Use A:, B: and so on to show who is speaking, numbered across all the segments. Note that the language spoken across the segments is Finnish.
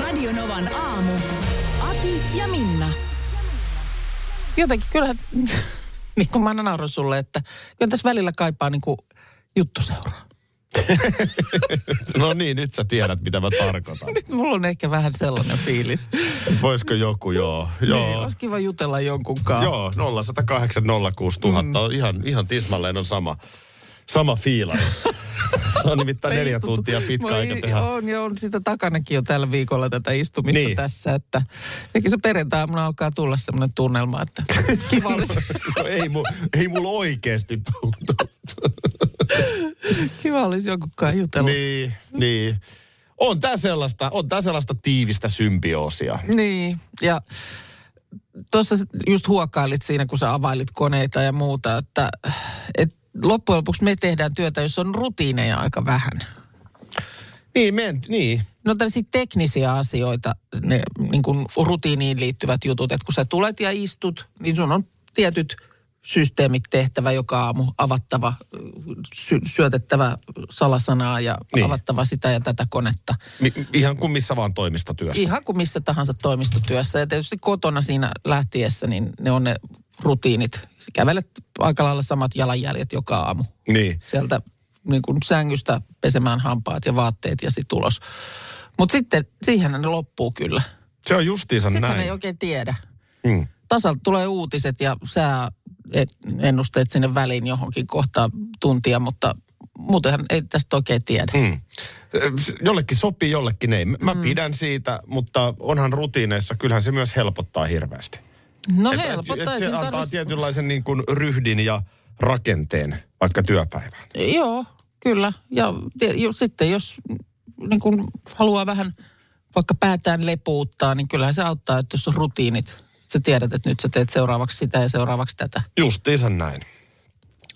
A: Radionovan aamu. Ati ja Minna.
B: Jotenkin kyllä, niin kuin mä aina nauran sulle, että kyllä tässä välillä kaipaa niin kuin juttuseuraa.
C: No niin, nyt sä tiedät, mitä mä tarkoitan.
B: Nyt mulla on ehkä vähän sellainen fiilis.
C: Voisiko joku, joo.
B: Niin,
C: Joo,
B: olisi kiva jutella jonkun kanssa.
C: joo 0108 06 000
B: Mm.
C: on ihan, ihan tismalleen on sama, sama fiilari. Se on nimittäin
B: Me
C: neljä
B: istuttu-
C: tuntia pitkä
B: Voi,
C: aika tehdä.
B: On jo, on sitä takanakin jo tällä viikolla tätä istumista niin.
C: Niin.
B: tässä, että eikä se perjantaina alkaa tulla semmoinen tunnelma, että kiva olisi,
C: No ei, mu, ei mulla oikeesti tuntu.
B: kiva olisi jonkun kanssa jutella.
C: Niin, niin. On tää sellaista, on tää sellaista tiivistä symbioosia.
B: Niin, ja tuossa sä just huokailit siinä, kun sä availit koneita ja muuta, että et loppujen lopuksi me tehdään työtä, jos on rutiineja aika vähän.
C: Niin, men, niin.
B: No tällaisia teknisiä asioita, ne niin kuin rutiiniin liittyvät jutut, että kun sä tulet ja istut, niin sun on tietyt systeemit tehtävä joka aamu, avattava, sy- syötettävä salasanaa ja niin.
C: Niin.
B: avattava sitä ja tätä konetta.
C: Mi, ihan kuin missä vaan toimistotyössä.
B: Ihan kuin missä tahansa toimistotyössä. Ja tietysti kotona siinä lähtiessä, niin ne on ne rutiinit. Sä Kävelet aika lailla samat jalanjäljet joka aamu.
C: Niin.
B: Sieltä niin kuin sängystä pesemään hampaat ja vaatteet ja sitten ulos. Mutta sitten siihen ne loppuu kyllä.
C: Se on justiinsa
B: Sitten
C: No näin.
B: ei oikein tiedä.
C: Mm.
B: Tasalta tulee uutiset ja sää ennusteet sinne väliin johonkin kohtaan tuntia, mutta muutenhan ei tästä oikein tiedä.
C: Mm. Jollekin sopii, jollekin ei. Mä mm. pidän siitä, mutta onhan rutiineissa, kyllähän se myös helpottaa hirveästi.
B: No
C: Et- et-
B: helpottaa.
C: et
B: ei
C: se
B: siinä
C: antaa
B: tarvis-
C: tietynlaisen niin kuin ryhdin ja rakenteen vaikka työpäivään.
B: Joo, kyllä. Ja tie- ju- sitten jos niin kun haluaa vähän vaikka päätään lepuuttaa, niin kyllähän se auttaa, että jos on rutiinit. Sä tiedät, että nyt sä teet seuraavaksi sitä ja seuraavaksi tätä.
C: Justiinsa näin.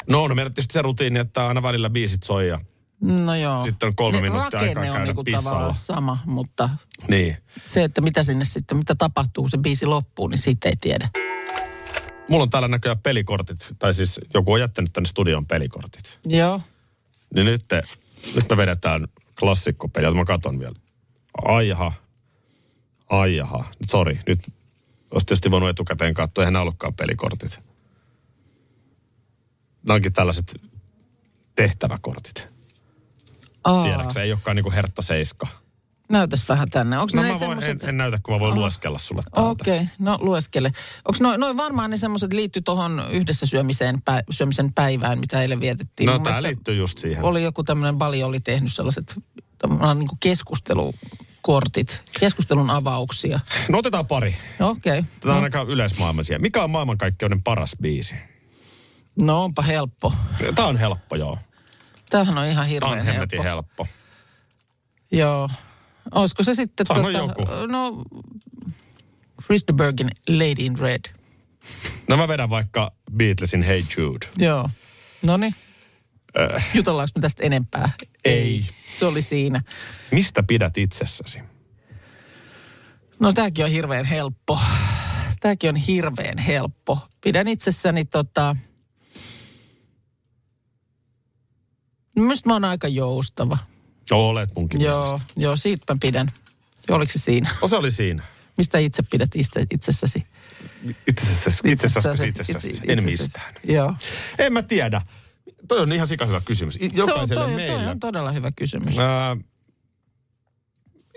C: No, no meillä tietysti se rutiini, että aina välillä biisit soi ja...
B: No joo.
C: Sitten on kolme
B: Ne
C: minuuttia
B: rakenne
C: aikaa
B: on
C: käydä
B: niinku
C: pissalla.
B: tavallaan sama, mutta
C: Niin.
B: se, että mitä sinne sitten, mitä tapahtuu, kun se biisi loppuu, niin siitä ei tiedä.
C: Mulla on täällä näköjään pelikortit, tai siis joku on jättänyt tänne studion pelikortit.
B: Joo.
C: Niin nyt, te, nyt me vedetään klassikkopeliä. Mä katon vielä. Aiha. Aiha. Sori, nyt olisi tietysti voinut etukäteen katsoa. Eihän nämä ollutkaan pelikortit. Nämä onkin tällaiset tehtäväkortit.
B: Aa,
C: Tiedätkö, ei olekaan niinku hertta seiska.
B: Näytäs vähän tänne. Onko
C: No
B: ne
C: mä voin, en,
B: semmoset-
C: en, näytä, kun mä voin lueskella sulle täältä.
B: Okei, okay, no lueskele. Onko noin noi varmaan ne semmoiset liitty tuohon yhdessä syömiseen, pä, syömisen päivään, mitä eilen vietettiin?
C: No
B: Mun
C: tää
B: mielestä
C: liittyy just siihen.
B: Oli joku tämmöinen, Bali oli tehnyt sellaiset tavallaan niin kuin keskustelukortit, keskustelun avauksia.
C: No otetaan pari.
B: No okei, okay.
C: Tätä on aika yleismaailmaisia. Mikä on maailmankaikkeuden paras biisi?
B: no onpa helppo.
C: Tää on helppo, joo.
B: Tämähän on ihan
C: Tää on
B: hirveän helppo.
C: hemmetin helppo.
B: Joo. Olisiko se sitten...
C: Sano joku.
B: No, Christenbergin Lady in Red.
C: No mä vedän vaikka Beatlesin Hey Jude.
B: Joo. No niin. Jutellaanko me tästä enempää?
C: Ei.
B: Se oli siinä.
C: Mistä pidät itsessäsi?
B: No tämäkin on hirveän helppo. Tämäkin on hirveän helppo. Pidän itsessäni tota... No, Minusta mä oon aika joustava.
C: Joo, No, olet munkin
B: Joo,
C: mielestä.
B: joo, siitä mä pidän. Oliko se siinä?
C: No se oli siinä.
B: Mistä itse pidät itse, itsessäsi?
C: Itsessäsi, itsessäsi, itsessäsi. En mistään.
B: Joo.
C: En mä tiedä. Toi on ihan sikahyvä kysymys. I- Jokaiselle
B: se on, toi,
C: meillä. No.
B: toi on todella hyvä kysymys.
C: Ää,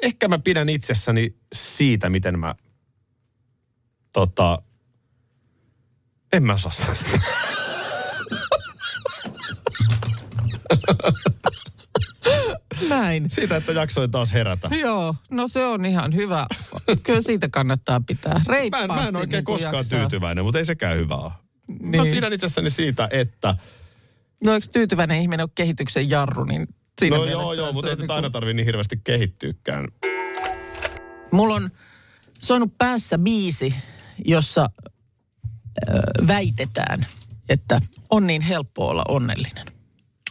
C: ehkä mä pidän itsessäni siitä, miten mä... Tota... En mä osaa sanoa.
B: Näin.
C: Siitä, että jaksoin taas herätä.
B: Joo, no se on ihan hyvä. Kyllä siitä kannattaa pitää
C: Mä en,
B: reippaasti.
C: mä en oikein
B: niin kuin
C: koskaan
B: jaksaa.
C: tyytyväinen, mutta ei sekään hyvä ole. Niin. Mä
B: Niin.
C: pidän itsestäni siitä, että...
B: No eikö tyytyväinen ihminen ole kehityksen jarru, niin siinä
C: no
B: mielessä
C: joo, joo,
B: se
C: mutta
B: on
C: ei tätä
B: niinku-
C: aina tarvitse niin hirveästi kehittyykään.
B: Mulla on soinut päässä biisi, jossa ö, väitetään, että on niin helppo olla onnellinen.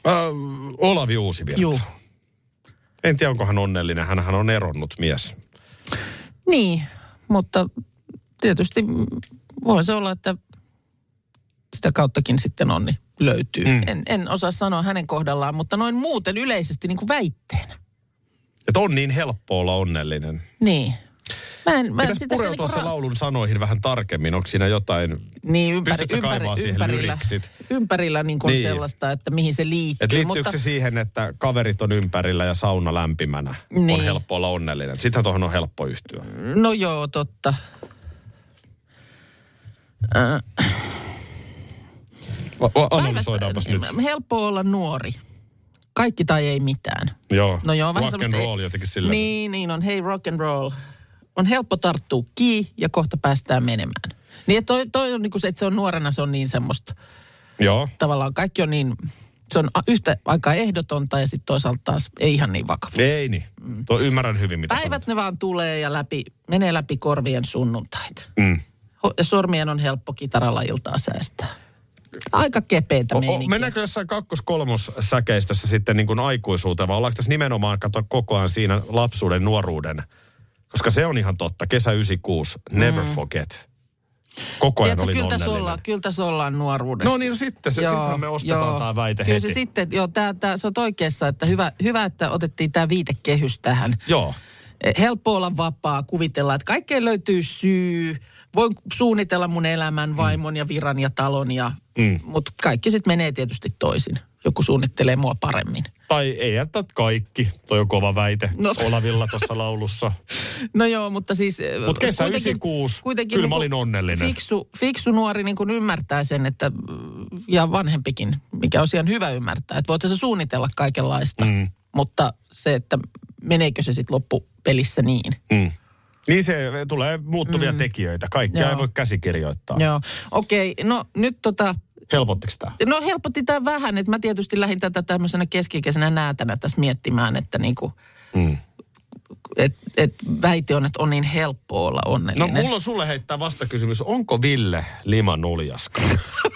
C: Äh, Olavi Uusivirta.
B: Juu.
C: En tiedä, onko hän onnellinen. Hänhän on eronnut mies.
B: Niin, mutta tietysti mm, voi se olla, että sitä kauttakin sitten onni löytyy. Mm. En, en osaa sanoa hänen kohdallaan, mutta noin muuten yleisesti niin kuin väitteenä.
C: Että on niin helppo olla onnellinen.
B: Niin. Mä en, mä en
C: Pitäisi
B: sitä
C: pureutua
B: niinku
C: sen
B: ra-
C: laulun sanoihin vähän tarkemmin. Onko siinä jotain...
B: Niin, ympäri,
C: Pystytkö
B: ympäri,
C: kaivaa siihen
B: ympärillä,
C: lyriksit?
B: ympärillä niin kuin
C: Niin.
B: niin. sellaista, että mihin se liittyy.
C: Että liittyykö
B: mutta,
C: se siihen, että kaverit on ympärillä ja sauna lämpimänä? On
B: Niin.
C: helppo olla onnellinen. Sitä tuohon on helppo yhtyä.
B: No joo, totta. Äh,
C: O- o- Analysoidaanpas nyt.
B: päivät- Helppo olla nuori. Kaikki tai ei mitään.
C: Joo.
B: No joo, vähän
C: Rock and
B: semmoista-
C: roll jotenkin sillä.
B: Niin, niin on. Hei rock and roll. On helppo tarttua kiinni ja kohta päästään menemään. Niin että toi, toi on niinku se, että se on nuorena, se on niin semmoista.
C: Joo.
B: Tavallaan kaikki on niin, se on a- yhtä aikaa ehdotonta ja sitten toisaalta taas ei ihan niin vakava.
C: Ei niin. Tuo ymmärrän hyvin, mitä
B: Mm. Päivät ne vaan tulee ja läpi, menee läpi korvien sunnuntait.
C: Mm.
B: Ho- ja Sormien on helppo kitaralla iltaa säästää. Aika kepeitä
C: O- o,
B: meininkiä.
C: mennäänkö jossain kakkos-kolmossäkeistössä sitten niin kuin aikuisuuteen vai ollaanko tässä nimenomaan kato koko ajan siinä lapsuuden, nuoruuden? Koska se on ihan totta. Kesä 96, never forget. Koko ajan
B: Mm. Tiedätkö,
C: olin
B: kyllä tässä,
C: onnellinen.
B: ollaan, kyllä tässä ollaan nuoruudessa.
C: No niin, no sitten se- sittenhän me ostetaan tää väite
B: Kyllä
C: heti.
B: se sitten, joo, tää, tää, sä oot oikeassa, että hyvä, hyvä että otettiin tämä viitekehys tähän.
C: Joo.
B: Eh, Helppo olla vapaa, kuvitella, että kaikkeen löytyy syy. Voin suunnitella mun elämän, vaimon ja viran ja talon, ja, mm. mutta kaikki sitten menee tietysti toisin. Joku suunnittelee mua paremmin.
C: Tai ei jätä kaikki. Toi on kova väite
B: No.
C: Olavilla tuossa laulussa.
B: No joo, mutta siis...
C: Mut kesä
B: kuitenkin-
C: 96, kyllä mä
B: niinku
C: olin onnellinen.
B: Fiksu, fiksu nuori niin kuin ymmärtää sen, että, mm, ja vanhempikin, mikä on ihan hyvä ymmärtää, että voitte se suunnitella kaikenlaista. Mm. Mutta se, että meneekö se sitten loppupelissä niin.
C: Mm. Niin se tulee muuttuvia mm. tekijöitä. Kaikkea
B: Joo.
C: ei voi käsikirjoittaa.
B: Joo, okei. Okay, no nyt tota,
C: Helpottiko tämä?
B: no helpotti tämä vähän, että mä tietysti lähdin tätä tämmöisenä keskikäisenä näätänä tässä miettimään, että niinku,
C: Mm.
B: et, et väite on, että on niin helppo olla
C: No
B: onnellinen.
C: mulla on sulle heittää vastakysymys. Onko Ville limanuljaska?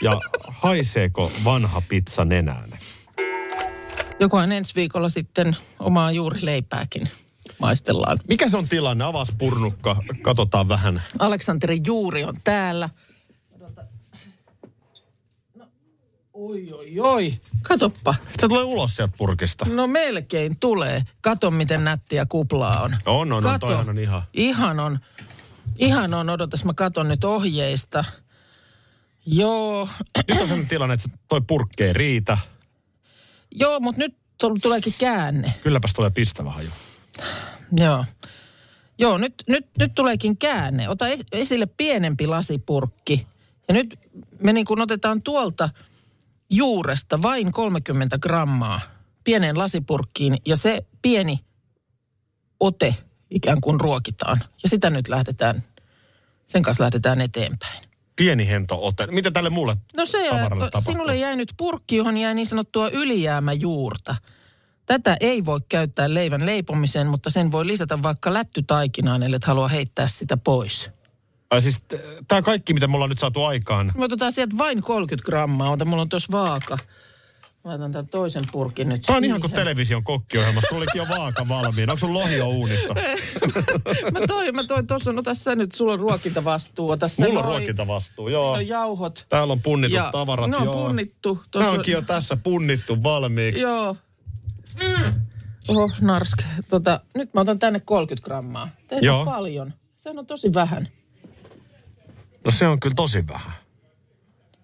C: ja haiseeko vanha pizza nenään?
B: Jokohan ensi viikolla sitten omaa juurileipääkin maistellaan.
C: Mikä se on tilanne? Avas purnukka. Katsotaan vähän.
B: Aleksanteri Juuri on täällä. Odota. No, oi, oi, oi. Katoppa.
C: Se tulee ulos sieltä purkista.
B: No melkein tulee. Kato, miten nättiä kuplaa on.
C: No, On, on, on.
B: Kato.
C: Toihan on ihan.
B: Ihan on. Ihan on. Odotas, mä katon nyt ohjeista. Joo.
C: Nyt on sellainen tilanne, että toi purkki ei riitä.
B: Joo, mutta nyt tul- tuleekin käänne.
C: Kylläpäs tulee pistävä haju.
B: Joo. Joo, nyt, nyt, nyt tuleekin käänne. Ota es- esille pienempi lasipurkki. Ja nyt me niin kun otetaan tuolta juuresta vain 30 grammaa pieneen lasipurkkiin ja se pieni ote ikään kuin ruokitaan. Ja sitä nyt lähdetään, sen kanssa lähdetään eteenpäin.
C: Pieni hento ote. Mitä tälle muulle
B: No se,
C: tavaralle tapahtuu?
B: sinulle jäi nyt purkki, johon jäi niin sanottua ylijäämäjuurta. Tätä ei voi käyttää leivän leipomiseen, mutta sen voi lisätä vaikka lättytaikinaan, ellei halua heittää sitä pois.
C: Ai siis tämä kaikki, mitä me ollaan nyt saatu aikaan.
B: Me otetaan sieltä vain 30 grammaa. Ota, mulla on tuossa vaaka. Laitan tämän toisen purkin nyt.
C: Tämä on ihan kuin
B: siihen.
C: television kokkiohjelmassa. Tulikin jo vaaka valmiina. Onko sun lohi jo uunissa?
B: Mä toin, mä toin tuossa. No tässä nyt, sulla on ruokintavastuu. Ota se
C: Mulla on
B: noin.
C: ruokintavastuu, joo.
B: No jauhot.
C: Täällä on punnitut tavarat.
B: ne on
C: joo.
B: punnittu.
C: Nämä
B: Tuossa-
C: onkin jo tässä punnittu valmiiksi.
B: Joo. Mm. Oho, narsk. Tota, nyt mä otan tänne 30 grammaa. Tässä
C: Joo.
B: on paljon. Sehän on tosi vähän.
C: No se on kyllä tosi vähän.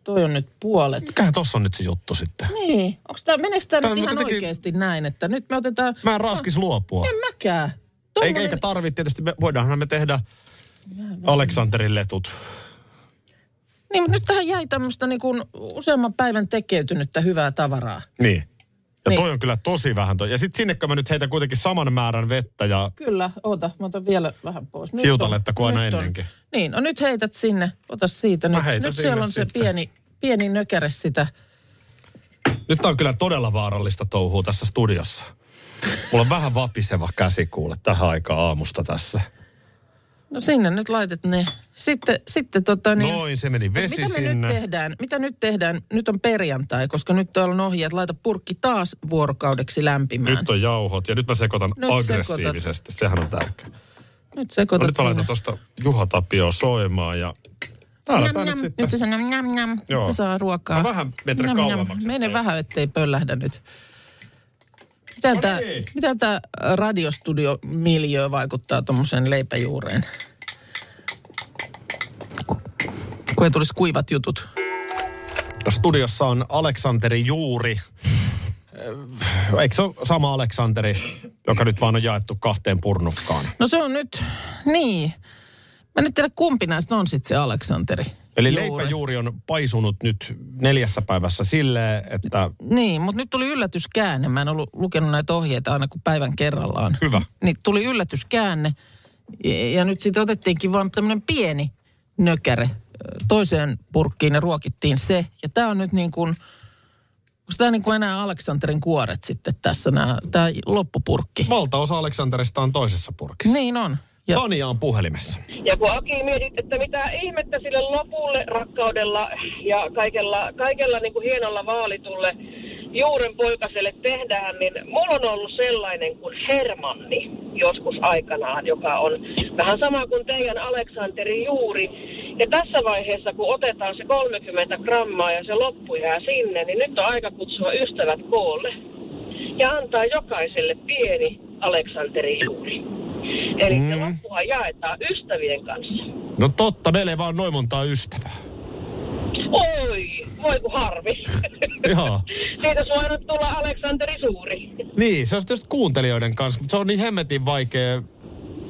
B: Toi on nyt puolet.
C: Mikähän tossa on nyt se juttu sitten?
B: Niin. Onks tää, meneekö tää
C: Tää
B: nyt
C: on
B: ihan
C: jotenkin-
B: oikeesti näin, että nyt me otetaan...
C: Mä en raskis luopua.
B: En mäkään.
C: Eikä, eikä tarvitse tietysti, me, voidaanhan me tehdä Aleksanterin letut.
B: Niin, mutta nyt tähän jäi tämmöstä niin kuin useamman päivän tekeytynyttä hyvää tavaraa.
C: Niin. Ja
B: Niin.
C: toi on kyllä tosi vähän. Toi. Ja sitten sinne, kun mä nyt heitän kuitenkin saman määrän vettä ja
B: Kyllä, oota, mä otan vielä vähän pois. Nyt
C: Hiutaletta
B: on-
C: kuin aina
B: nyt on-
C: ennenkin.
B: Niin, no nyt heität sinne, ota siitä.
C: Mä
B: Nyt,
C: heitän
B: nyt
C: sinne
B: siellä on
C: sitten.
B: se pieni, pieni nökäre sitä.
C: Nyt tää on kyllä todella vaarallista touhua tässä studiossa. Mulla on vähän vapiseva käsi kuule tähän aikaan aamusta tässä.
B: No sinne nyt laitat ne. Sitten, sitten tota niin...
C: Noin, se meni vesi
B: mitä me
C: sinne.
B: nyt tehdään? Mitä nyt tehdään? Nyt on perjantai, koska nyt täällä on ohjeet. Laita purkki taas vuorokaudeksi lämpimään.
C: Nyt on jauhot ja nyt mä sekoitan
B: Nyt
C: aggressiivisesti. Sehän on tärkeä.
B: nyt
C: No
B: sekoitat
C: nyt mä laitan
B: sinne.
C: tuosta Juha Tapio soimaan ja... Täällä tää nyt sitten.
B: Nyt se sanoo njam, njam. Nyt
C: Joo.
B: se saa ruokaa.
C: Mä vähän metrin kauemmaksi.
B: Mene vähän, ettei pöllähdä nyt. Mitä tämä,
C: niin.
B: mitä tämä radiostudiomiljöö vaikuttaa tuommoiseen leipäjuureen? Kun ei tulisi kuivat jutut.
C: Studiossa on Aleksanteri Juuri. Eh, Eikö se ole sama Aleksanteri, joka nyt vaan on jaettu kahteen purnukkaan?
B: No se on nyt, niin. Mä en nyt tiedä kumpi näistä on sitten se Aleksanteri.
C: Eli
B: Juuri.
C: leipäjuuri on paisunut nyt neljässä päivässä silleen, että
B: Niin, mutta nyt tuli yllätyskäänne. Mä en ollut lukenut näitä ohjeita aina kuin päivän kerrallaan.
C: Hyvä.
B: Niin tuli yllätyskäänne. Ja, ja nyt sitten otettiinkin vaan tämmöinen pieni nökäre ö, toiseen purkkiin ja ruokittiin se. Ja tämä on nyt niin kuin, onko tämä niin kuin enää Aleksanterin kuoret sitten tässä, tämä loppupurkki?
C: valtaosa Aleksanterista on toisessa purkissa.
B: Niin on. Ja
C: Tania on puhelimessa.
D: Ja kun Aki mietit, että mitä ihmettä sille lopulle rakkaudella ja kaikella, kaikella niin kuin hienolla vaalitulle juuren poikaselle tehdään, niin mulla on ollut sellainen kuin Hermanni joskus aikanaan, joka on vähän sama kuin teidän Aleksanteri Juuri. Ja tässä vaiheessa, kun otetaan se 30 grammaa ja se loppu jää sinne, niin nyt on aika kutsua ystävät koolle ja antaa jokaiselle pieni Aleksanteri Juuri. Eli mm. loppuhan jaetaan ystävien kanssa.
C: No totta, meillä ei vaan noin montaa ystävää.
D: Oi, voi kun harmi.
C: Joo.
D: Siitä sua nyt tulla Aleksanteri Suuri.
C: Niin, se on tietysti kuuntelijoiden kanssa, mutta se on niin hemmetin vaikea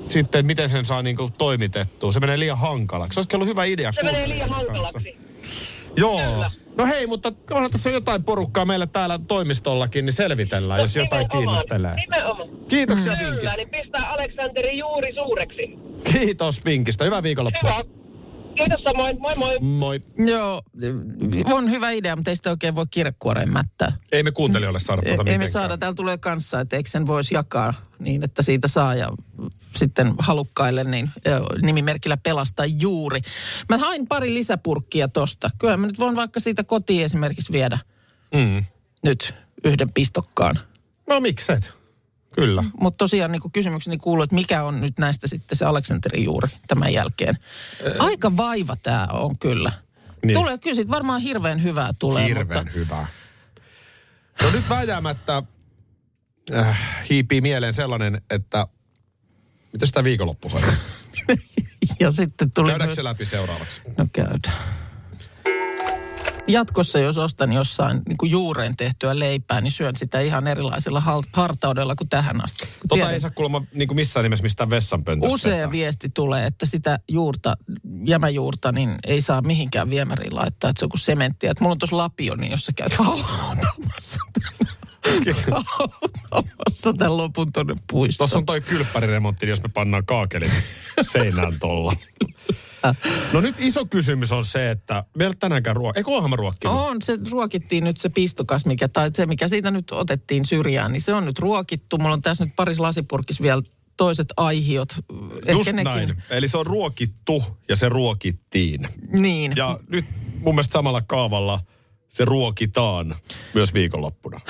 C: sitten, miten sen saa niinku toimitettua. Se menee liian hankalaksi. Se olisikin ollut hyvä idea
D: Se menee
C: kuuntelijoiden
D: liian
C: kanssa.
D: hankalaksi.
C: Joo.
D: Kyllä.
C: No hei, mutta onhan tässä jotain porukkaa meillä täällä toimistollakin, niin selvitellään, jos jotain
D: No Nimenomaan,
C: kiinnostelee.
D: Nimenomaan.
C: Kiitoksia
D: Kyllä,
C: vinkistä.
D: niin pistää Aleksanteri Juuri suureksi.
C: Kiitos vinkistä. Hyvää viikonloppua.
D: Hyvä. Kiitos samoin. Moi moi.
C: Moi.
B: joo, on hyvä idea, mutta ei sitä oikein voi kirjekuoreen mättää.
C: Ei me kuuntelijoille saada tuota
B: Ei, ei me
C: mitenkään.
B: saada, täällä tulee kanssa, että eikö sen voisi jakaa niin, että siitä saa ja sitten halukkaille niin ö, nimimerkillä pelastaa juuri. Mä hain pari lisäpurkkia tosta. Kyllä mä nyt voin vaikka siitä kotiin esimerkiksi viedä
C: Mm.
B: nyt yhden pistokkaan.
C: No mikset? Kyllä.
B: Mutta tosiaan niin kysymykseni kuuluu, että mikä on nyt näistä sitten se Aleksanterin juuri tämän jälkeen. Aika vaiva tämä on kyllä.
C: Niin.
B: Niin. Tulee kyllä sit varmaan hirveän hyvää tulee,
C: Hirveän
B: mutta
C: hyvää. No nyt vääjäämättä äh, hiipii mieleen sellainen, että miten sitä viikonloppu hoitaa?
B: ja sitten tuli
C: Käydäänkö
B: myös-
C: se läpi seuraavaksi?
B: No käydään. Jatkossa, jos ostan jossain niin kuin juureen tehtyä leipää, niin syön sitä ihan erilaisella hal- hartaudella kuin tähän asti. Kun
C: Tota
B: tiedän,
C: ei saa kuulemma niin kuin missään nimessä mistään vessanpöntöstä.
B: Usea
C: että-
B: viesti tulee, että sitä juurta, jämäjuurta, niin ei saa mihinkään viemäriin laittaa, että se on kuin sementtiä. Että mulla on tuossa lapioni, jossa käy hautamassa, hautamassa tämän lopun tuonne puistoon.
C: Tuossa on toi kylppäriremontti, jos me pannaan kaakelit seinään tolla. No nyt iso kysymys on se, että meillä tänäänkään ruokaa. Eikö oonhan mä ruokkinut?
B: On, se ruokittiin nyt se pistokas, mikä, tai se mikä siitä nyt otettiin syrjään, niin se on nyt ruokittu. Mulla on tässä nyt parissa lasipurkissa vielä toiset aihiot.
C: Just näin. Eli se on ruokittu ja se ruokittiin.
B: Niin. Ja.
C: Ja nyt mun mielestä samalla kaavalla se ruokitaan myös viikonloppuna.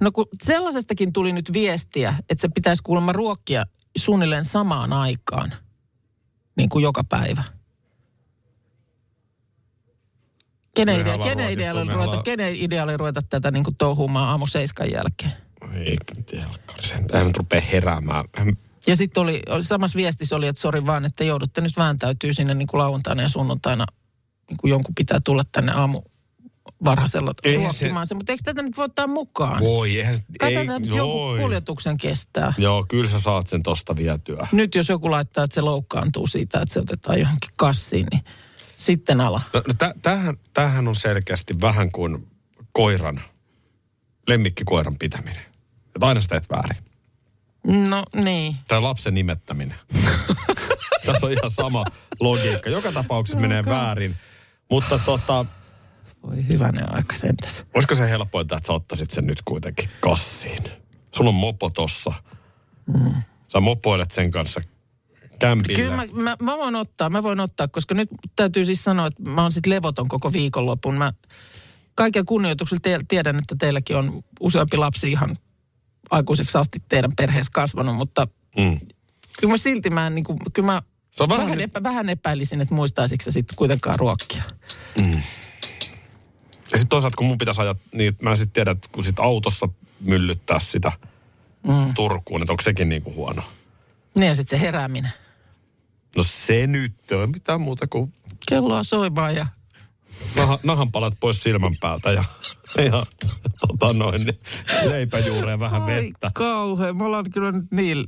B: No kun sellaisestakin tuli nyt viestiä, että se pitäisi kuulemma ruokkia suunnilleen samaan aikaan, niin kuin joka päivä. Kenen
C: Me
B: idea,
C: ollaan
B: kenen
C: ruokittu,
B: idea,
C: me
B: oli ruveta,
C: ollaan-
B: kenen idea oli ruveta tätä niin kuin touhumaan aamu seiskan jälkeen?
C: Ei telkkari sentään. nyt rupea heräämään.
B: Ja sitten oli, samassa viestissä oli, että sori vaan, että joudutte nyt vääntäytyy sinne niin kuin lauantaina ja sunnuntaina, niin kuin jonkun pitää tulla tänne aamu varhaisella
C: Eihän
B: ruokkimaan se, mutta eikö tätä nyt voi ottaa mukaan?
C: Voi, eihän...
B: Katsotaan, että jonkun kuljetuksen kestää.
C: Joo, kyllä sä saat sen tosta vietyä.
B: Nyt jos joku laittaa, että se loukkaantuu siitä, että se otetaan johonkin kassiin, niin sitten ala.
C: No, no tä- tämähän, tämähän on selkeästi vähän kuin koiran, lemmikkikoiran pitäminen. Että aina sä teet väärin.
B: No niin.
C: Tai lapsen nimettäminen. Tässä on ihan sama logiikka. Joka tapauksessa menee väärin. Mutta tota,
B: Voi hyvänen aika sentäs.
C: olisiko se helpointa, että sä ottaisit sen nyt kuitenkin kassiin? Sulla on mopo tossa. Mm. Sä mopoilet sen kanssa kämpillä.
B: Kyllä mä, mä, mä, voin ottaa, mä voin ottaa, koska nyt täytyy siis sanoa, että mä oon sit levoton koko viikonlopun. Mä kaiken kunnioituksella te, tiedän, että teilläkin on useampi lapsi ihan aikuiseksi asti teidän perheessä kasvanut, mutta
C: Mm.
B: kyllä mä silti mä, en niin kuin, kyllä mä
C: Se on vähän
B: vähän,
C: nyt-
B: epä, vähän epäilisin, että muistaisitko sä sitten kuitenkaan ruokkia.
C: Ja sitten toisaalta, kun mun pitäisi ajaa, niin mä en sitten tiedä, että kun sit autossa myllyttää sitä mm. Turkuun, että onko sekin niinku huono.
B: Niin ja sitten se herääminen.
C: No se nyt ei ole mitään muuta kuin
B: Kelloa soimaan ja
C: naha, nahanpalat pois silmän päältä ja, ja tota noin, niin leipäjuureen vähän vettä.
B: Ai kauhean, me ollaan kyllä nyt niin,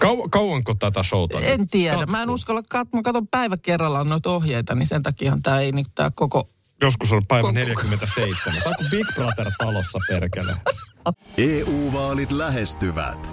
C: Kau, kauanko tätä showta nyt?
B: en tiedä. Mä en uskalla, kat, mä katson päivä kerrallaan noita ohjeita, niin sen takiahan tämä ei nyt tää koko
C: Joskus on päivä
B: Koko-
C: 47. Tämä on kuin Big Brother talossa perkele.
E: EU-vaalit E lähestyvät.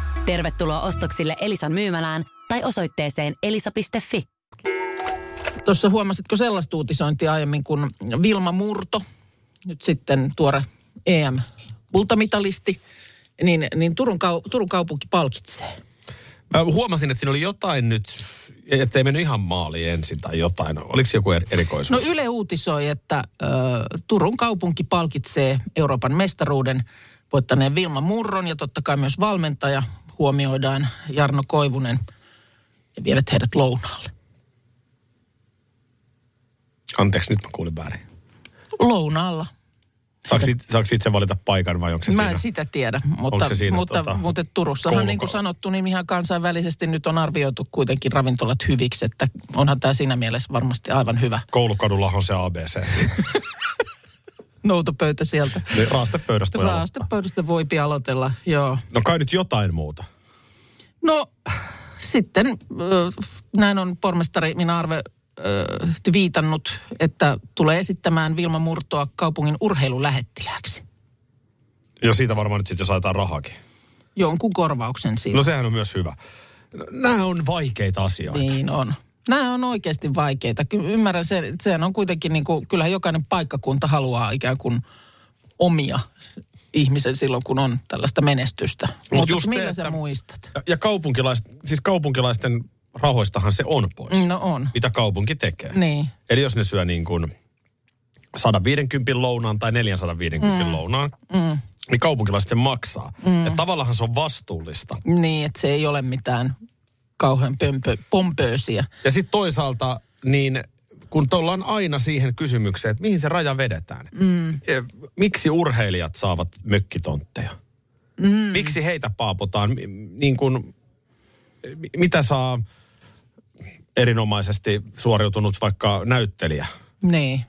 F: Tervetuloa ostoksille Elisan myymälään tai osoitteeseen elisa.fi.
B: Tuossa huomasitko sellaista uutisointia aiemmin, kun Vilma Murto, nyt sitten tuore EM-kultamitalisti, niin, niin Turun, kau- Turun kaupunki palkitsee.
C: Mä huomasin, että siinä oli jotain nyt, ettei mennyt ihan maaliin ensin tai jotain. Oliko se joku er,
B: No
C: erikoisuus?
B: Yle uutisoi, että ö, Turun kaupunki palkitsee Euroopan mestaruuden voittaneen Vilma Murron ja totta kai myös valmentaja huomioidaan Jarno Koivunen ja vievät heidät lounaalle.
C: Anteeksi, nyt mä kuulin väärin.
B: Lounaalla.
C: Saako, sit, saako itse valita paikan vai onko se
B: Mä
C: siinä?
B: en sitä tiedä, mutta,
C: se siinä,
B: mutta,
C: tota,
B: mutta Turussahan niin kuin
C: kouluko-
B: sanottu, niin ihan kansainvälisesti nyt on arvioitu kuitenkin ravintolat hyviksi, että onhan tämä siinä mielessä varmasti aivan hyvä
C: Koulukadulla on se ABC. siinä.
B: noutopöytä sieltä.
C: Niin Raastepöydästä voi aloittaa.
B: Raastepöydästä voi aloitella, joo.
C: No kai nyt jotain muuta.
B: No sitten ö, näin on pormestari Minä Arve ö, viitannut, että tulee esittämään Vilma Murtoa kaupungin urheilulähettilääksi.
C: Ja siitä varmaan nyt sitten saetaan rahakin.
B: Jonkun korvauksen siitä.
C: No sehän on myös hyvä. No, Nämä on vaikeita asioita. Niin.
B: Niin on. Nämä on oikeasti vaikeita. Kyllä ymmärrän, se, sehän on kuitenkin niin kuin, kyllähän jokainen paikkakunta haluaa ikään kuin omia ihmisen silloin, kun on tällaista menestystä. Mutta
C: just se,
B: millä sä
C: että-
B: muistat?
C: Ja, ja kaupunkilais, siis kaupunkilaisten rahoistahan se on pois.
B: No on.
C: Mitä kaupunki tekee.
B: Niin.
C: Eli jos ne syö niin kuin 150 lounaan tai 450 mm. lounaan, mm. niin kaupunkilaiset sen maksaa. Mm. Ja tavallaan se on vastuullista.
B: Niin, että se ei ole mitään kauhean pömpö, pompöösiä.
C: Ja sitten toisaalta, niin kun ollaan aina siihen kysymykseen, että mihin se raja vedetään. Mm. Miksi urheilijat saavat mökkitontteja? Mm. Miksi heitä paapotaan? Mi- Niin kun, mi- mitä saa erinomaisesti suoriutunut vaikka näyttelijä?
B: Niin.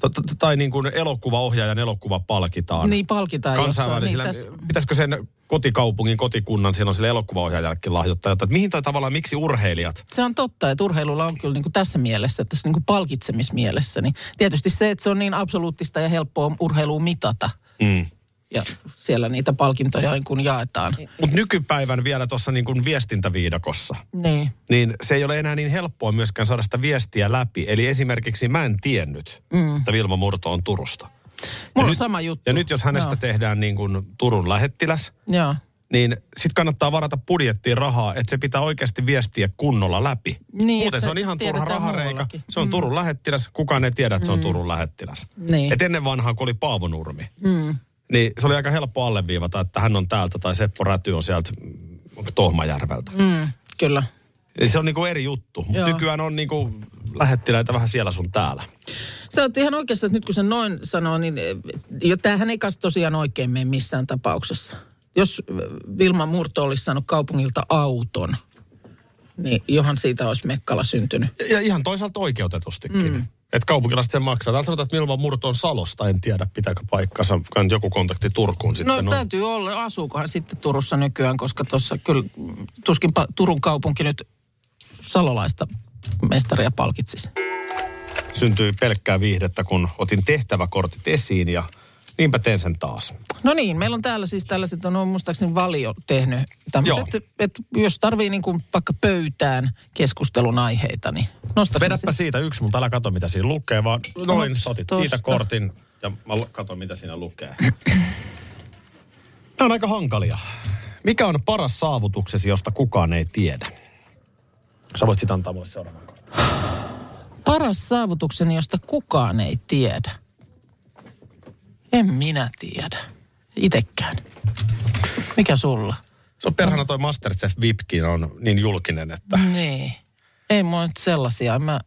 C: T- t- Tai niin kuin elokuvaohjaajan elokuva palkitaan
B: Niin palkitaan.
C: kansainvälisillä.
B: Jossain, niin,
C: Pitäisikö sen kotikaupunkin, kotikunnan silloin sille elokuvaohjaajallekin lahjoittaa? jotain? Että mihin tai tavallaan miksi urheilijat?
B: se on totta, että urheilulla on kyllä niin kuin tässä mielessä, tässä niin kuin palkitsemismielessä. Niin tietysti se, että se on niin absoluuttista ja helppoa urheilua mitata.
C: Mm.
B: Ja siellä niitä palkintoja niin kuin jaetaan.
C: Mutta nykypäivän vielä tuossa niin kuin viestintäviidakossa,
B: Niin.
C: niin se ei ole enää niin helppoa myöskään saada sitä viestiä läpi. Eli esimerkiksi mä en tiennyt, mm. että Vilma Murto on Turusta.
B: Mulla on
C: nyt-
B: sama juttu.
C: Ja nyt jos hänestä
B: Joo.
C: tehdään niin kuin Turun lähettiläs,
B: Joo.
C: niin sit kannattaa varata budjettiin rahaa, että se pitää oikeasti viestiä kunnolla läpi.
B: Niin,
C: Muuten
B: että
C: se on ihan turha
B: tiedetään
C: rahareika.
B: muuallakin. Mm.
C: Se on mm. Turun lähettiläs, kukaan ei tiedä, että se on Turun lähettiläs.
B: Niin. Mm.
C: Et ennen vanhaa, kun oli Paavo Nurmi, niin se oli aika helppo alleviivata, että hän on täältä tai Seppo Räty on sieltä mm, Tohmajärveltä. Mm.
B: Kyllä.
C: Eli se on niinku eri juttu. Mut
B: Joo.
C: Nykyään on niinku lähettiläitä vähän siellä sun täällä.
B: Sä oot ihan oikeassa, että nyt kun sen noin sanoo, niin eh, jo tämähän ei kas tosiaan oikein mene missään tapauksessa. Jos eh, Vilma Murto olisi saanut kaupungilta auton, niin johan siitä olisi Mekkala syntynyt.
C: Ja ihan toisaalta oikeutetustikin. Mm. Että kaupunkilaiset sen maksaa. Täällä sanotaan, että Milva Murto on Salosta. En tiedä, pitääkö paikkansa. Kai nyt joku kontakti Turkuun
B: No
C: sitten on.
B: täytyy olla, asuukohan sitten Turussa nykyään, koska tuossa kyllä mm, tuskinpa Turun kaupunki nyt salolaista mestaria palkitsisi.
C: Syntyy pelkkää viihdettä, kun otin tehtäväkortit esiin ja niinpä teen sen taas.
B: No niin, meillä on täällä siis tällaiset, on on muistaakseni Valio tehnyt
C: Joo.
B: tämmöiset, että jos tarvii niin kuin vaikka pöytään keskustelun aiheita, niin nosta
C: Vedäpä siitä yksi, mutta älä kato mitä siinä lukee, vaan noin sotit siitä
B: tosta.
C: kortin ja mä lu- katon mitä siinä lukee. Nämä on aika hankalia. Mikä on paras saavutuksesi, josta kukaan ei tiedä? Sä voit sitä antaa mulle seuraavan kortin.
B: Paras saavutukseni, josta kukaan ei tiedä. En minä tiedä. Itekään. Mikä sulla?
C: Se on perhana toi Masterchef Vipkin on niin julkinen, että
B: Niin. Ei mua nyt sellaisia. En Mä...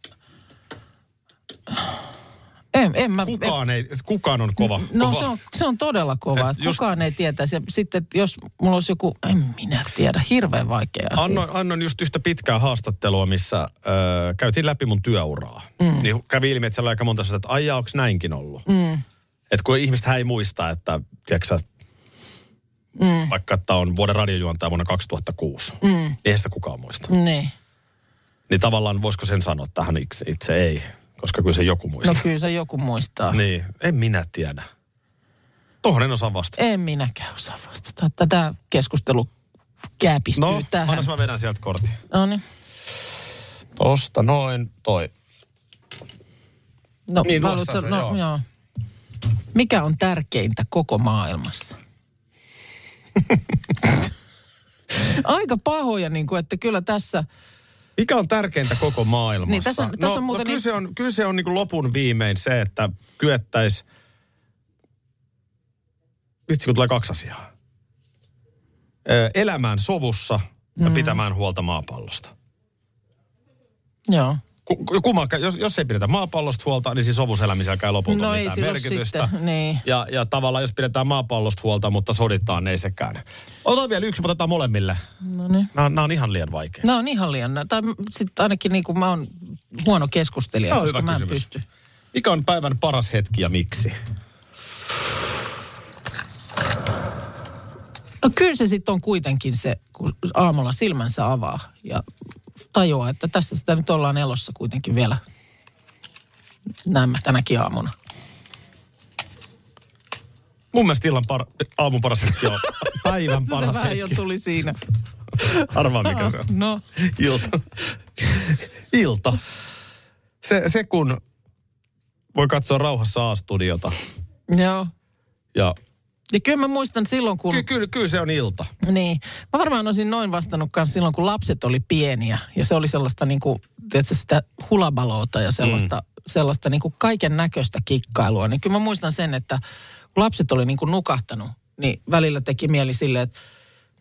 B: En, en mä...
C: kukaan, ei, kukaan on kova.
B: No
C: kova.
B: se on, se on todella kovaa.
C: Et
B: Just...
C: just-
B: Kukaan ei tietäisi. Ja sitten että jos mulla olisi joku, en minä tiedä, hirveän vaikea asia.
C: Annoin, annoin just yhtä pitkää haastattelua, missä ö, käytiin läpi mun työuraa. Mm. Niin kävi ilmi, että siellä oli aika monta sitä, että aijaa, onko näinkin ollut? Mm. Että kun ihmiset ei muista, että tiedätkö mm. vaikka että on vuoden radiojuontaja vuonna 2006, mm. eihän sitä kukaan muista. Mm.
B: Niin.
C: Niin tavallaan voisiko sen sanoa tähän itse, itse ei, koska kyllä se joku muistaa.
B: No kyllä se joku muistaa.
C: Niin, en minä tiedä. Tuohon en osaa vastata.
B: En minäkään osaa vastata. Tätä keskustelu kääpistyy
C: No,
B: tähän.
C: annas mä vedän sieltä kortin.
B: No niin.
C: Tosta noin, toi.
B: No,
C: Niin,
B: mä
C: Lassassa,
B: haluatko- no,
C: joo.
B: joo. joo. Mikä on tärkeintä koko maailmassa? Aika pahoja, niin kuin, että kyllä tässä,
C: Mikä on tärkeintä koko maailmassa?
B: Niin, tässä on- tässä
C: no,
B: on muuten
C: no, kyllä
B: niin-
C: se on, kyllä se on niin lopun viimein se, että kyettäis... Vitsi, kun tulee kaksi asiaa. Ö, Elämään sovussa ja mm. pitämään huolta maapallosta.
B: joo.
C: Ku- ku- Kummanka, jos, jos ei pidetä maapallosta huolta, niin siis sovuselämiselläkään ei lopulta
B: No
C: ole
B: ei
C: mitään
B: sillä ole
C: merkitystä.
B: sitten, niin.
C: ja, ja tavallaan jos pidetään maapallosta huolta, mutta soditaan, niin ei sekään. Otetaan vielä yksi, mutta otetaan molemmille.
B: No niin.
C: Nämä, nämä on ihan liian vaikeita.
B: No on ihan liian, tai sitten ainakin niin kuin mä oon huono keskustelija,
C: Tämä on
B: koska
C: hyvä
B: mä en
C: kysymys.
B: pysty.
C: Mikä on päivän paras hetki ja miksi?
B: No kyllä se sitten on kuitenkin se, kun aamulla silmänsä avaa ja tajuaa, että tässä sitä nyt ollaan elossa kuitenkin vielä. Näemme tänäkin aamuna.
C: Mun mielestä illan par, aamun paras hetki on päivän paras
B: se vähän jo
C: hetki.
B: tuli siinä.
C: Arvaa mikä se on.
B: No.
C: Ilta. Ilta. Se, se kun voi katsoa rauhassa A-studiota
B: Joo.
C: ja
B: Ja kyllä mä muistan silloin, kun...
C: ky, ky, kyllä se on ilta.
B: Niin. Mä varmaan olisin noin vastannut myös silloin, kun lapset oli pieniä. Ja se oli sellaista niin kuin, tiedätkö, sitä hulabaloota ja sellaista, mm. sellaista niin kuin kaiken näköistä kikkailua. Niin kyllä mä muistan sen, että kun lapset oli niin kuin nukahtanut, niin välillä teki mieli silleen, että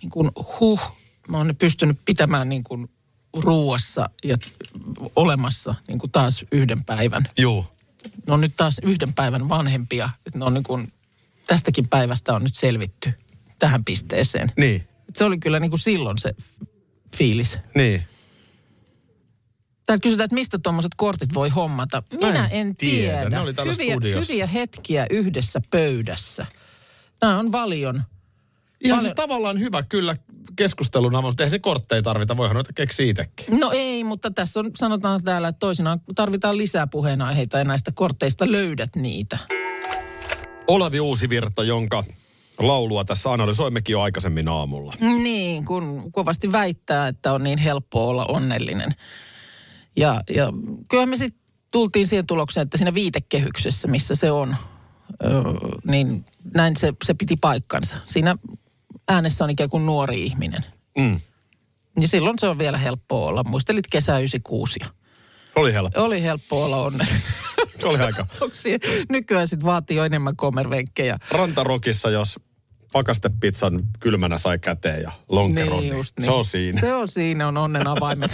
B: niin kuin, huh, mä oon nyt pystynyt pitämään niin kuin ruuassa ja olemassa niin kuin taas yhden päivän.
C: Juu.
B: Ne on nyt taas yhden päivän vanhempia. Että ne on niin kuin, tästäkin päivästä on nyt selvitty tähän pisteeseen.
C: Niin,
B: Et Se oli kyllä niin kuin silloin se fiilis.
C: niin.
B: Täällä kysytään, että mistä tuommoiset kortit voi hommata. Minä
C: en
B: en,
C: tiedä.
B: tiedä.
C: Ne oli täällä
B: hyviä,
C: studiossa.
B: hyviä hetkiä yhdessä pöydässä. Nämä on valion.
C: Ihan
B: Paljon-
C: siis tavallaan hyvä kyllä keskustelun aamu, mutta eihän se kortteja tarvita, voihan noita keksiä itsekin.
B: No ei, mutta tässä on, sanotaan täällä, että toisinaan tarvitaan lisää puheenaiheita ja näistä korteista löydät niitä.
C: Olavi Uusivirta, jonka laulua tässä analysoimmekin jo aikaisemmin aamulla.
B: Niin, kun kovasti väittää, että on niin helppoa olla onnellinen. Ja, ja kyllähän me sitten tultiin siihen tulokseen, että siinä viitekehyksessä, missä se on, öö, niin näin se, se piti paikkansa. Siinä äänessä on ikään kuin nuori ihminen.
C: Mm.
B: Ja silloin se on vielä helppoa olla. Muistelit kesää 96 ja
C: Oli helppo.
B: oli helppo olla onnellinen.
C: Se oli aika.
B: Onko se- Nykyään sitten vaatii jo enemmän kommervenkkejä.
C: Rantarokissa, jos pakastepizzan kylmänä sai käteen ja lonkeron.
B: Niin, just niin.
C: Se on siinä.
B: Se on siinä, on onnen avaimet.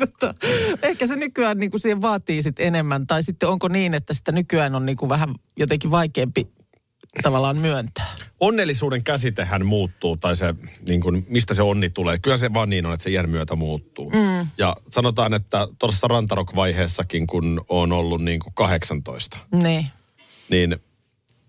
B: Tota, Ehkä se nykyään niin kuin siihen vaatii sit enemmän. Tai sitten onko niin, että sitä nykyään on niin kuin vähän jotenkin vaikeampi tavallaan myöntää.
C: Onnellisuuden käsitehän muuttuu, tai se, niin kuin, mistä se onni tulee. Kyllä se vaan niin on, että se iän myötä muuttuu. Mm. Ja sanotaan, että tuossa rantarok-vaiheessakin, kun on ollut niin kuin 18,
B: Niin.
C: niin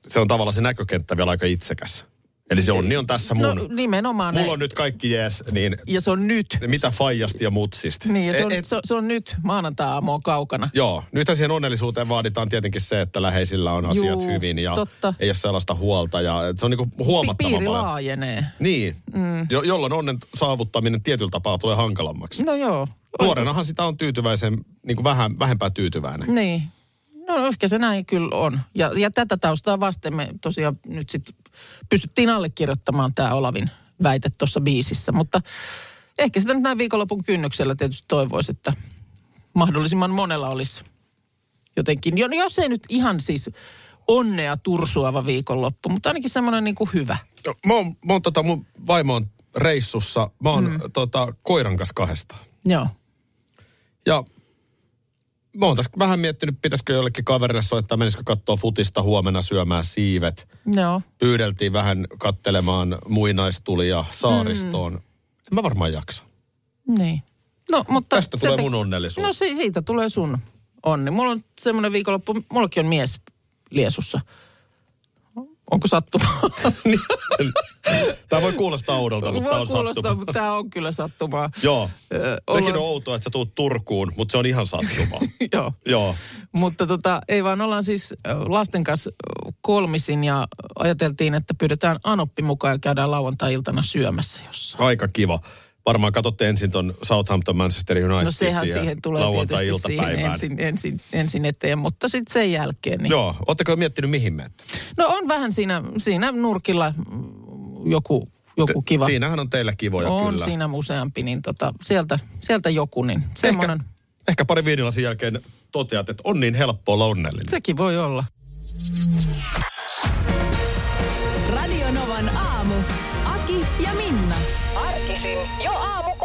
C: se on tavallaan se näkökenttä vielä aika itsekäs. Eli se onni on tässä mun.
B: No nimenomaan.
C: Mulla on nyt kaikki jees, niin
B: Ja se on nyt.
C: mitä faijasta ja mutsista.
B: Niin, ja se
C: Et-
B: on,
C: E- et-
B: se, se on nyt maanantai-aamu on kaukana.
C: Joo, nyt siihen onnellisuuteen vaaditaan tietenkin se, että läheisillä on asiat
B: Juu,
C: hyvin ja
B: totta.
C: ei ole sellaista huolta. Ja, et se on niinku
B: Pi- Piiri
C: huomattavaa.
B: laajenee.
C: Niin, mm. jo, jolloin onnen saavuttaminen tietyllä tapaa tulee hankalammaksi.
B: No joo. Oi,
C: Nuorenahan sitä on tyytyväisen, niin kuin vähän, vähempää tyytyväinen.
B: Niin. No ehkä se näin kyllä on. Ja, ja tätä taustaa vasten me tosiaan nyt sitten pystyttiin allekirjoittamaan tämä Olavin väite tuossa biisissä. Mutta ehkä sitä nyt näin viikonlopun kynnyksellä tietysti toivoisi, että mahdollisimman monella olisi jotenkin, jo- jos ei nyt ihan siis onnea tursuava viikonloppu, mutta ainakin semmoinen niin kuin hyvä.
C: No, Mä oon, mä oon tota, mun vaimo on reissussa, mä oon mm. tota, koiran kanssa kahdestaan.
B: Joo.
C: Ja mä oon tässä vähän miettinyt, pitäisikö jollekin kaverille soittaa, menisikö katsoa futista huomenna syömään siivet.
B: Joo.
C: Pyydeltiin vähän kattelemaan muinaistulia saaristoon. Mm. En mä varmaan jaksa.
B: Niin. No, mutta
C: Tästä tulee
B: se
C: mun onnellisuus.
B: No si- siitä tulee sun onni. Mulla on semmoinen viikonloppu, mullakin on mies liesussa. Onko sattumaa?
C: Tämä voi kuulostaa oudolta, mutta tämä
B: Voi
C: on
B: kuulostaa,
C: sattumaa.
B: mutta tämä on kyllä sattumaa.
C: Joo.
B: Ö,
C: Sekin
B: ollaan-
C: on outoa, että sä tuut Turkuun, mutta se on ihan sattumaa.
B: Joo.
C: Joo.
B: Mutta tota, ei vaan, ollaan siis ö, lasten kanssa ö, kolmisin ja ajateltiin, että pyydetään Anoppi mukaan ja käydään lauantai-iltana syömässä jossain.
C: Aika kiva. Varmaan katsotte ensin ton Southampton Manchester United.
B: No sehän siihen tulee tietysti siihen
C: lauantai-iltapäivään.
B: ensin, ensin, ensin eteen, mutta sitten sen jälkeen. Niin
C: Joo, ootteko miettinyt mihin menette?
B: No on vähän siinä, siinä nurkilla mm, joku, joku kiva.
C: Siinähän on teillä kivoja
B: on
C: kyllä.
B: siinä useampi, niin tota, sieltä, sieltä joku, niin semmoinen.
C: Ehkä, ehkä pari viinilasin jälkeen toteat, että on niin helppo olla onnellinen.
B: Sekin voi olla.
A: Radio Novan aamu. Aki ja Minna.
G: Arkisin jo aamu